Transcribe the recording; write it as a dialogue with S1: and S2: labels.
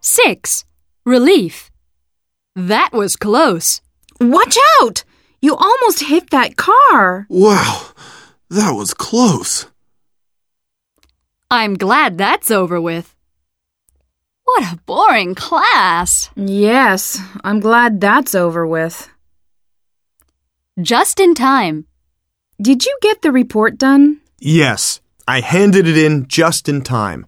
S1: 6. Relief. That was close.
S2: Watch out! You almost hit that car.
S3: Wow, that was close.
S1: I'm glad that's over with. What a boring class.
S2: Yes, I'm glad that's over with.
S1: Just in time.
S2: Did you get the report done?
S4: Yes, I handed it in just in time.